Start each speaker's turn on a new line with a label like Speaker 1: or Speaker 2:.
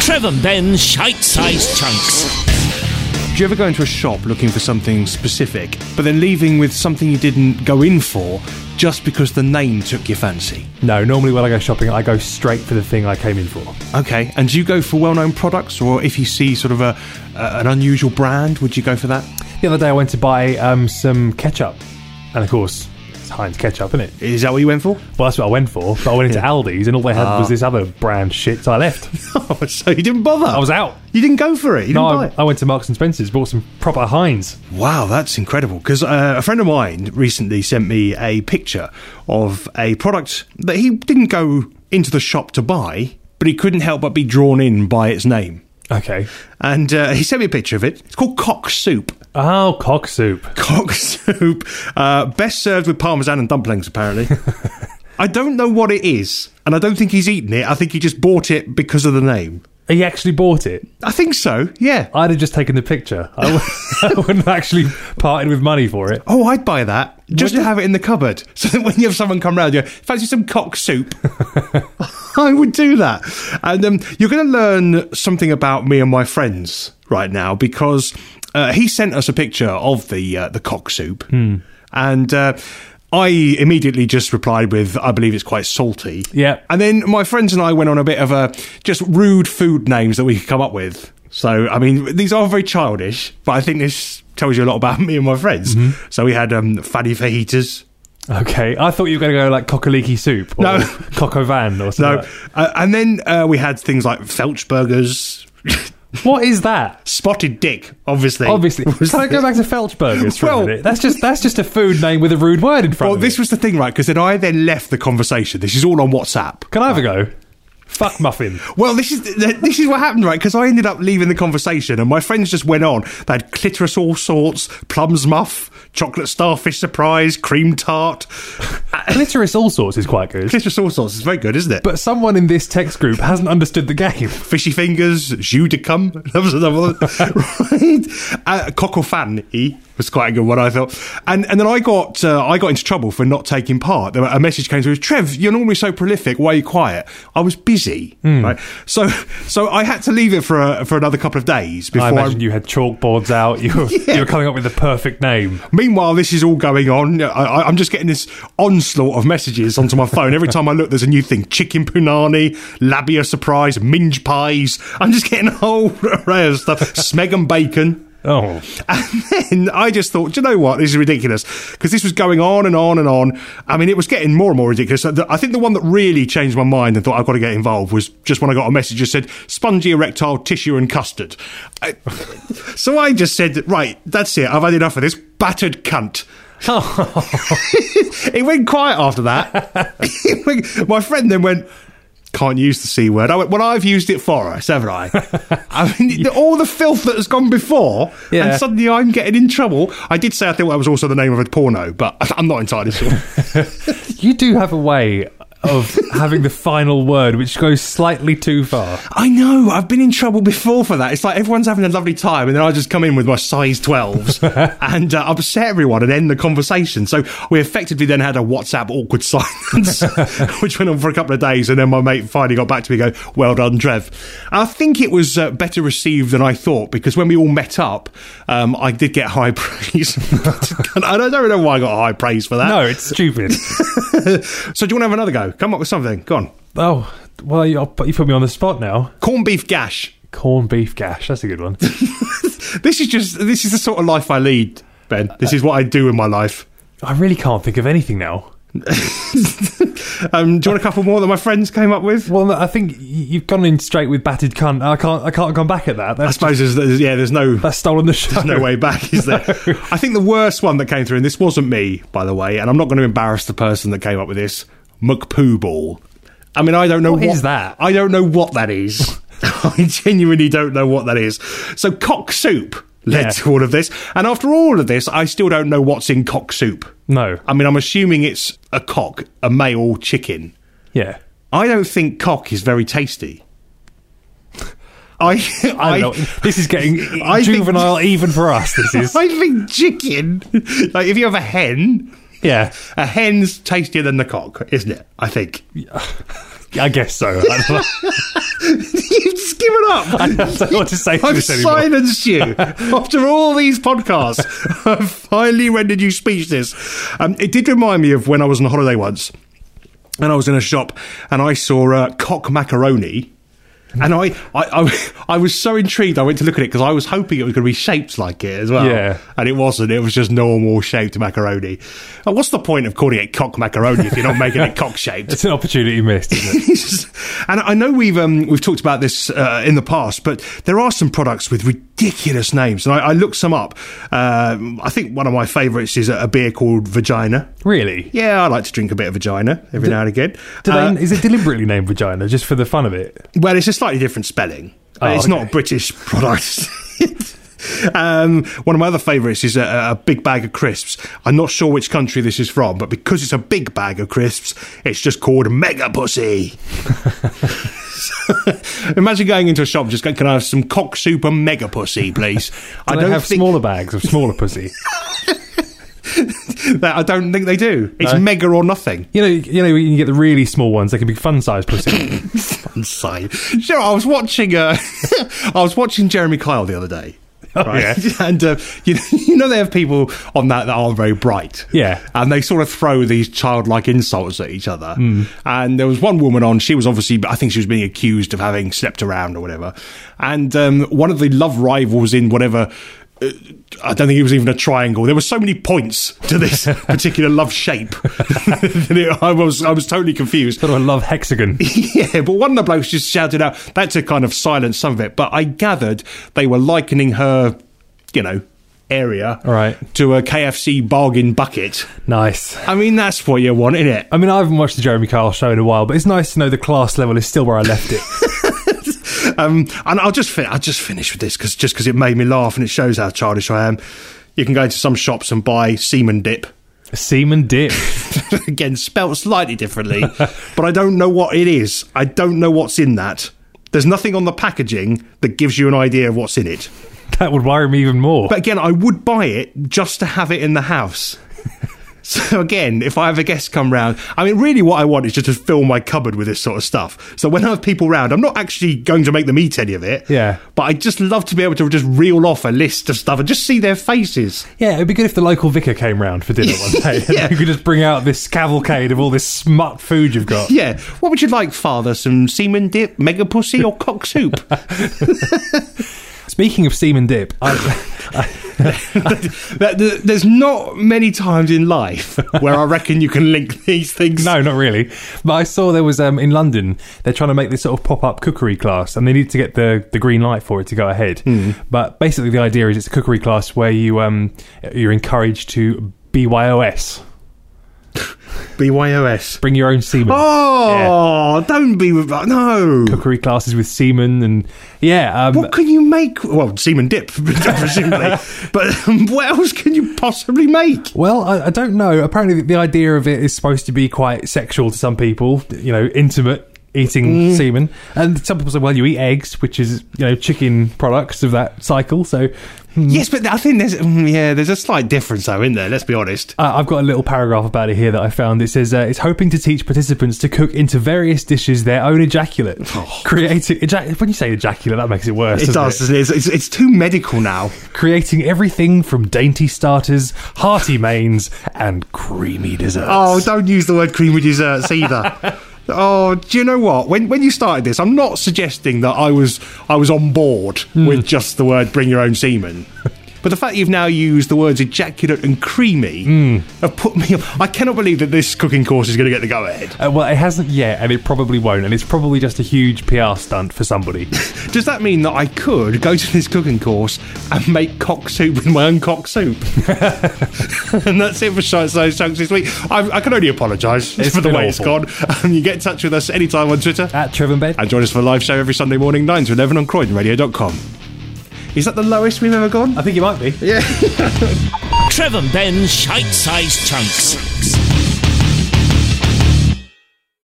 Speaker 1: Trevor and Ben shite-sized chunks.
Speaker 2: Do you ever go into a shop looking for something specific, but then leaving with something you didn't go in for just because the name took your fancy?
Speaker 3: No, normally when I go shopping, I go straight for the thing I came in for.
Speaker 2: Okay, and do you go for well known products, or if you see sort of a, a an unusual brand, would you go for that?
Speaker 3: The other day, I went to buy um, some ketchup, and of course, it's Heinz ketchup, isn't it?
Speaker 2: Is that what you went for?
Speaker 3: Well, that's what I went for. But I went into Aldi's, and all they had
Speaker 2: Ah.
Speaker 3: was this other brand shit. So I left.
Speaker 2: so you didn't bother.
Speaker 3: I was out.
Speaker 2: You didn't go for it. You
Speaker 3: No,
Speaker 2: didn't buy
Speaker 3: I,
Speaker 2: it.
Speaker 3: I went to Marks and Spencer's, bought some proper Heinz.
Speaker 2: Wow, that's incredible. Because uh, a friend of mine recently sent me a picture of a product that he didn't go into the shop to buy, but he couldn't help but be drawn in by its name.
Speaker 3: Okay.
Speaker 2: And uh, he sent me a picture of it. It's called cock soup.
Speaker 3: Oh, cock soup.
Speaker 2: Cock soup, uh, best served with parmesan and dumplings. Apparently, I don't know what it is, and I don't think he's eaten it. I think he just bought it because of the name.
Speaker 3: He actually bought it.
Speaker 2: I think so. Yeah.
Speaker 3: I'd have just taken the picture. I w- I wouldn't have actually parted with money for it.
Speaker 2: Oh, I'd buy that just to have it in the cupboard, so that when you have someone come round, you go, fancy some cock soup. I would do that. And um, you're going to learn something about me and my friends right now because uh, he sent us a picture of the uh, the cock soup, and uh, I immediately just replied with, "I believe it's quite salty."
Speaker 3: Yeah.
Speaker 2: And then my friends and I went on a bit of a just rude food names that we could come up with. So I mean, these are very childish, but I think this tells you a lot about me and my friends. So we had um, fatty fajitas.
Speaker 3: Okay. I thought you were going to go like cockaliki soup or
Speaker 2: No.
Speaker 3: coco van or something.
Speaker 2: No, uh, and then uh, we had things like Felch burgers,
Speaker 3: What is that?
Speaker 2: spotted dick. Obviously,
Speaker 3: Obviously.
Speaker 2: Was
Speaker 3: Can I go
Speaker 2: the-
Speaker 3: back to Felch burgers for
Speaker 2: Well-
Speaker 3: a minute? That's just that's just a food name with a rude word in front
Speaker 2: Well,
Speaker 3: of
Speaker 2: this
Speaker 3: it.
Speaker 2: was the thing, right? Because then I then left the conversation. This is all on WhatsApp.
Speaker 3: Can I have a go? Fuck muffin.
Speaker 2: Well, this is th- this is what happened, right? Because I ended up leaving the conversation, and my friends just went on. They had clitoris all sorts, plums muff, chocolate starfish surprise, cream tart,
Speaker 3: Clitoris all sorts is quite good.
Speaker 2: clitoris all sorts. It's very good, isn't it?
Speaker 3: But someone in this text group hasn't understood the game.
Speaker 2: fishy fingers, jus de cum. That was another one. right? Uh, Cocofan E was quite a good one, I thought. And and then I got uh, I got into trouble for not taking part. There were- a message came through: Trev, you're normally so prolific. Why are you quiet? I was busy.
Speaker 3: Hmm.
Speaker 2: Right. So so I had to leave it for a, for another couple of days before.
Speaker 3: I
Speaker 2: I
Speaker 3: imagine you had chalkboards out. You were, you were coming up with the perfect name.
Speaker 2: Meanwhile, this is all going on. I, I, I'm just getting this onslaught of messages onto my phone. Every time I look, there's a new thing: chicken punani, labia surprise, minge pies. I'm just getting a whole array of stuff. Smeg and bacon.
Speaker 3: Oh,
Speaker 2: And then I just thought, do you know what? This is ridiculous because this was going on and on and on. I mean, it was getting more and more ridiculous. The- I think the one that really changed my mind and thought I've got to get involved was just when I got a message that said spongy erectile tissue and custard. I, so I just said, right, that's it. I've had enough of this battered cunt. it went quiet after that. It went- my friend then went. Can't use the c word. I went. Well, I've used it for us, haven't I? I mean, all the filth that has gone before,
Speaker 3: Yeah.
Speaker 2: and suddenly I'm getting in trouble. I did say I think that was also the name of a porno, but I'm not entirely sure.
Speaker 3: you do have a way of having the final word, which goes slightly too far.
Speaker 2: I know. I've been in trouble before for that. It's like everyone's having a lovely time, and then I just come in with my size 12s and uh, upset everyone and end the conversation. So we effectively then had a WhatsApp awkward silence, which went on for a couple of days. And then my mate finally got back to me and go, Well done, Trev. I think it was uh, better received than I thought because when we all met up, um, I did get high praise. and I don't know why I got high praise for that.
Speaker 3: No, it's stupid.
Speaker 2: So do you want to have another go? Come up with something. Go on.
Speaker 3: oh, well, you, I'll put- you put me on the spot now.
Speaker 2: Corned beef gash.
Speaker 3: Corned beef gash. That's a good one.
Speaker 2: This is just this is the sort of life I lead, Ben. This is what I do in my life.
Speaker 3: I really can't think of anything now.
Speaker 2: Um, do you want a couple more that my friends came up with?
Speaker 3: Well, no, I think y- you've gone in straight with battered cunt. I can't. I can't come back at that.
Speaker 2: I
Speaker 3: That's
Speaker 2: suppose there's, there's yeah, there's no
Speaker 3: that's stolen the show.
Speaker 2: no way back, is there? I think the worst one that came through, and this wasn't me, by the way, and I'm not going to embarrass the person that came up with this McPoo ball. I mean, I don't know
Speaker 3: What is that?
Speaker 2: I don't know what that is. I genuinely don't know what that is. So cock soup led
Speaker 3: Yeah.
Speaker 2: to all of this, and after all of this, I still don't know what's in cock soup.
Speaker 3: No.
Speaker 2: I mean, I'm assuming it's a cock, a male chicken.
Speaker 3: Yeah.
Speaker 2: I don't think cock is very tasty. I
Speaker 3: I
Speaker 2: I,
Speaker 3: don't know. This is getting
Speaker 2: I think-
Speaker 3: juvenile even for us. This is.
Speaker 2: I think chicken. Like if you have a hen,
Speaker 3: Yeah.
Speaker 2: a hen's tastier than the cock, isn't it? I think.
Speaker 3: I guess so. I don't know.
Speaker 2: You've just given up.
Speaker 3: I don't know what to say to
Speaker 2: I've
Speaker 3: this anymore.
Speaker 2: silenced you after all these podcasts. I've finally rendered you speechless. Um, it did remind me of when I was on holiday once, and I was in a shop and I saw uh, cock macaroni. And I, I, I, I was so intrigued. I went to look at it because I was hoping it was going to be shaped like it as well.
Speaker 3: Yeah.
Speaker 2: And it wasn't. It was just normal shaped macaroni. And what's the point of calling it cock macaroni if you're not making it cock shaped?
Speaker 3: It's an opportunity missed, isn't it?
Speaker 2: and I know we've um, we've talked about this uh, in the past, but there are some products with ridiculous names, and I, I looked some up. Um I think one of my favourites is a, a beer called Vagina.
Speaker 3: Really?
Speaker 2: Yeah, I like to drink a bit of vagina every now and again.
Speaker 3: Do
Speaker 2: Uh,
Speaker 3: they, is it deliberately named vagina just for the fun of it?
Speaker 2: well, it's a slightly different spelling.
Speaker 3: Oh,
Speaker 2: Uh, it's not a
Speaker 3: okay.
Speaker 2: British product. um, one of my other favourites is a, a big bag of crisps. I'm not sure which country this is from, but because it's a big bag of crisps, it's just called Mega Pussy. Imagine going into a shop and just going, "Can I have some cock super mega pussy, please?" I
Speaker 3: Do they
Speaker 2: don't
Speaker 3: have
Speaker 2: think
Speaker 3: smaller bags of smaller pussy.
Speaker 2: that, I don't think they do. It's mega or nothing.
Speaker 3: You know, you know, you can get the really small ones. They can be fun-sized pussy.
Speaker 2: inside. Sure, I was watching. Uh, I was watching Jeremy Kyle the other day. Right? And uh, you, you know they have people on that that are very bright.
Speaker 3: Yeah.
Speaker 2: And they sort of throw these childlike insults at each other. And there was one woman on, she was obviously, I think she was being accused of having slept around or whatever. And um, one of the love rivals in whatever. uh, I don't think it was even a triangle. There were so many points to this particular love shape that it, I was I was totally confused
Speaker 3: sort of a love hexagon.
Speaker 2: yeah, but one of the blokes just shouted out, that to kind of silence some of it. But I gathered they were likening her, you know, area
Speaker 3: Right.
Speaker 2: to a KFC bargain bucket.
Speaker 3: Nice.
Speaker 2: I mean, that's what you want, innit?
Speaker 3: I mean, I haven't watched the Jeremy Kyle show in a while, but it's nice to know the class level is still where I left it.
Speaker 2: Um, and I'll just fin- I'll just finish with this because just because it made me laugh and it shows how childish I am. You can go to some shops and buy semen dip.
Speaker 3: Semen dip.
Speaker 2: Again, spelt slightly differently, but I don't know what it is. I don't know what's in that. There's nothing on the packaging that gives you an idea of what's in it.
Speaker 3: That would worry me even more.
Speaker 2: But again, I would buy it just to have it in the house. So again, if I have a guest come round, I mean, really, what I want is just to fill my cupboard with this sort of stuff. So when I have people round, I'm not actually going to make them eat any of it.
Speaker 3: Yeah.
Speaker 2: But I just love to be able to just reel off a list of stuff and just see their faces.
Speaker 3: yeah, it'd be good if the local vicar came round for dinner one day.
Speaker 2: Yeah.
Speaker 3: And you could just bring out this cavalcade of all this smut food you've got.
Speaker 2: Yeah. What would you like, Father? Some semen dip, mega pussy, or cock soup?
Speaker 3: Speaking of semen dip, I,
Speaker 2: That- that- There's not many times in life where I reckon you can link these things.
Speaker 3: no, not really. But I saw there was um, in London they're trying to make this sort of pop up cookery class, and they need to get the, the green light for it to go ahead. But basically, the idea is it's a cookery class where you um, you're encouraged to BYOS,
Speaker 2: BYOS.
Speaker 3: bring your own semen.
Speaker 2: Oh, don't be no.
Speaker 3: Cookery classes with semen and yeah, um,
Speaker 2: What can you make? Well, semen dip, presumably. but um, what else can you possibly make?
Speaker 3: Well, I, I don't know. Apparently, the, the idea of it is supposed to be quite sexual to some people. You know, intimate
Speaker 2: Mm.
Speaker 3: eating semen, and some people say, "Well, you eat eggs, which is you know chicken products of that cycle." So, mm.
Speaker 2: Yes, but I think there's mm, yeah, there's a slight difference though, in there. Let's be honest.
Speaker 3: Uh, I've got a little paragraph about it here that I found. It says uh, it's hoping to teach participants to cook into various dishes their own ejaculate, creating ejac- when you say ejaculate, that makes it worse.
Speaker 2: Oh. It
Speaker 3: doesn't
Speaker 2: does. It's, it's, it's too medical now.
Speaker 3: creating everything from dainty starters, hearty mains, and creamy desserts.
Speaker 2: Oh, don't use the word creamy desserts either. oh, do you know what? When when you started this, I'm not suggesting that I was I was on board with just the word "bring your own semen." But the fact you've now used the words ejaculate and creamy have put me up. I cannot believe that this cooking course is going to get the go ahead.
Speaker 3: Uh, well, it hasn't yet, and it probably won't, and it's probably just a huge PR stunt for somebody.
Speaker 2: Does that mean that I could go to this cooking course and make cock soup with my own cock soup? and that's it for Shite Size Chunks this week. I, I can only apologise
Speaker 3: It's
Speaker 2: for the
Speaker 3: been
Speaker 2: way
Speaker 3: awful.
Speaker 2: it's gone. Um, you get in touch with us anytime on Twitter.
Speaker 3: At Trevenbed,
Speaker 2: And join us for a live show every Sunday morning, 9 to 11 on CroydonRadio.com. Is that the lowest we've ever gone?
Speaker 3: I think it might be.
Speaker 1: Trevor Ben Shite Size Chunks.